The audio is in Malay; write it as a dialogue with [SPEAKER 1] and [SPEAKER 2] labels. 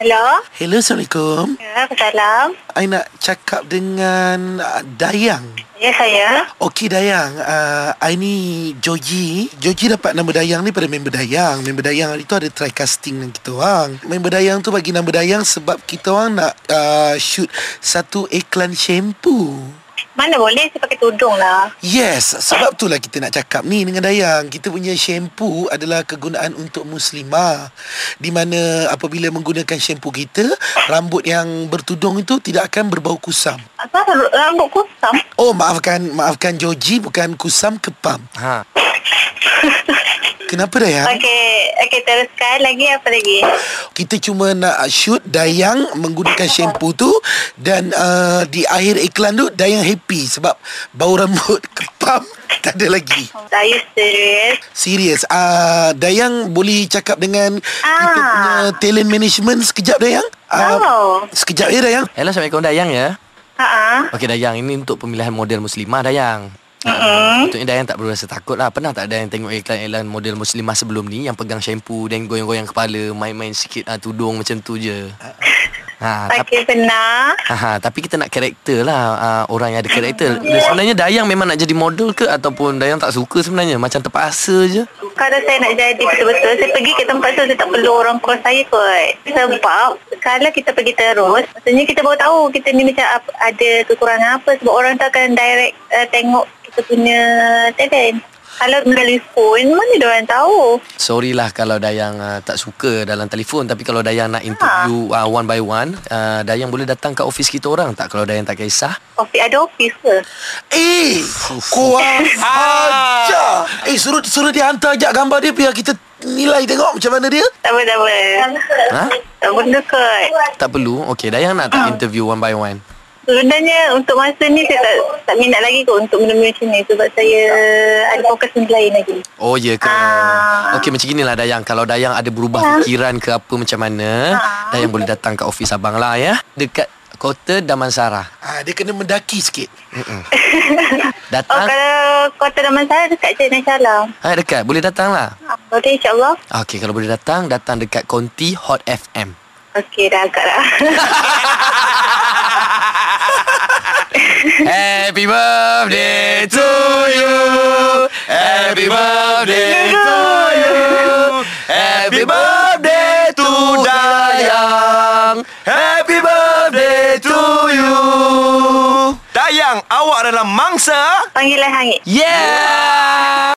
[SPEAKER 1] Hello?
[SPEAKER 2] Hello, Assalamualaikum.
[SPEAKER 1] Ya, salam.
[SPEAKER 2] I nak cakap dengan uh, Dayang.
[SPEAKER 1] Ya, saya.
[SPEAKER 2] Okey, Dayang. Uh, I ni Joji. Joji dapat nama Dayang ni pada member Dayang. Member Dayang hari tu ada try casting dengan kita orang. Member Dayang tu bagi nama Dayang sebab kita orang nak uh, shoot satu iklan shampoo.
[SPEAKER 1] Mana boleh saya pakai tudung lah.
[SPEAKER 2] Yes, sebab itulah kita nak cakap ni dengan Dayang. Kita punya shampoo adalah kegunaan untuk muslimah. Di mana apabila menggunakan shampoo kita, rambut yang bertudung itu tidak akan berbau kusam.
[SPEAKER 1] Apa rambut kusam?
[SPEAKER 2] Oh, maafkan, maafkan Joji bukan kusam kepam.
[SPEAKER 3] Ha.
[SPEAKER 2] Kenapa Dayang?
[SPEAKER 1] Okey, okey teruskan kan? lagi apa lagi?
[SPEAKER 2] Kita cuma nak shoot Dayang menggunakan shampoo tu dan uh, di akhir iklan tu Dayang happy sebab bau rambut kepam tak ada lagi.
[SPEAKER 1] Are you serious?
[SPEAKER 2] Serius uh, Dayang boleh cakap dengan ah. Kita
[SPEAKER 1] Ah.
[SPEAKER 2] punya talent management Sekejap Dayang Ah,
[SPEAKER 1] Oh.
[SPEAKER 2] Sekejap ya Dayang
[SPEAKER 3] Hello, Assalamualaikum Dayang ya.
[SPEAKER 1] Ha
[SPEAKER 3] Okey Dayang, ini untuk pemilihan model muslimah Dayang. Uh, Betulnya Dayang tak perlu rasa takut lah Pernah tak Dayang tengok iklan-iklan model muslimah sebelum ni Yang pegang shampoo dan goyang-goyang kepala Main-main sikit ah, tudung macam tu je ha, tapi,
[SPEAKER 1] Okey, benar.
[SPEAKER 3] ha, tapi kita nak karakter lah ah, Orang yang ada karakter Dia Sebenarnya Dayang memang nak jadi model ke Ataupun Dayang tak suka sebenarnya Macam terpaksa je
[SPEAKER 1] Kalau saya nak jadi betul-betul, saya pergi ke tempat tu, saya tak perlu orang call saya kot. Sebab kalau kita pergi terus, maksudnya kita baru tahu kita ni macam ap- ada kekurangan apa sebab orang tu akan direct uh, tengok kita punya talent. Kalau melalui phone, mana dia orang tahu?
[SPEAKER 3] Sorry lah kalau Dayang uh, tak suka dalam telefon Tapi kalau Dayang nak interview uh, one by one uh, Dayang boleh datang ke office kita orang tak Kalau Dayang tak kisah
[SPEAKER 1] Office, ada office ke?
[SPEAKER 2] Eh Kuang aja Eh suruh suruh dia hantar ajak gambar dia Biar kita nilai tengok macam mana dia
[SPEAKER 1] Tak apa, tak apa.
[SPEAKER 3] Ha?
[SPEAKER 1] Tak benda kot.
[SPEAKER 3] Tak perlu Okay Dayang nak
[SPEAKER 1] Ah.
[SPEAKER 3] tak interview one by one
[SPEAKER 1] Sebenarnya untuk masa ni saya tak, tak minat lagi kot untuk benda-benda macam ni sebab saya ada fokus benda lain lagi.
[SPEAKER 3] Oh ya ke
[SPEAKER 1] Ah. Ya.
[SPEAKER 3] Okay macam inilah Dayang Kalau Dayang ada berubah fikiran ke apa macam mana
[SPEAKER 1] Ah.
[SPEAKER 3] Dayang boleh datang ke office abang lah ya Dekat kota Damansara
[SPEAKER 2] ha, Dia kena mendaki sikit
[SPEAKER 1] Oh,
[SPEAKER 3] Datang
[SPEAKER 1] kalau kota Damansara dekat je Insya Allah.
[SPEAKER 3] ha, Dekat boleh datang lah
[SPEAKER 1] Ah, Boleh insyaAllah.
[SPEAKER 3] Okay kalau boleh datang Datang dekat Konti Hot FM
[SPEAKER 1] Okey dah agak lah.
[SPEAKER 3] Happy birthday to you Happy birthday to you Happy birthday to Dayang Happy birthday to you
[SPEAKER 4] Dayang, awak adalah mangsa
[SPEAKER 1] lah Panggilan hangit.
[SPEAKER 3] Yeah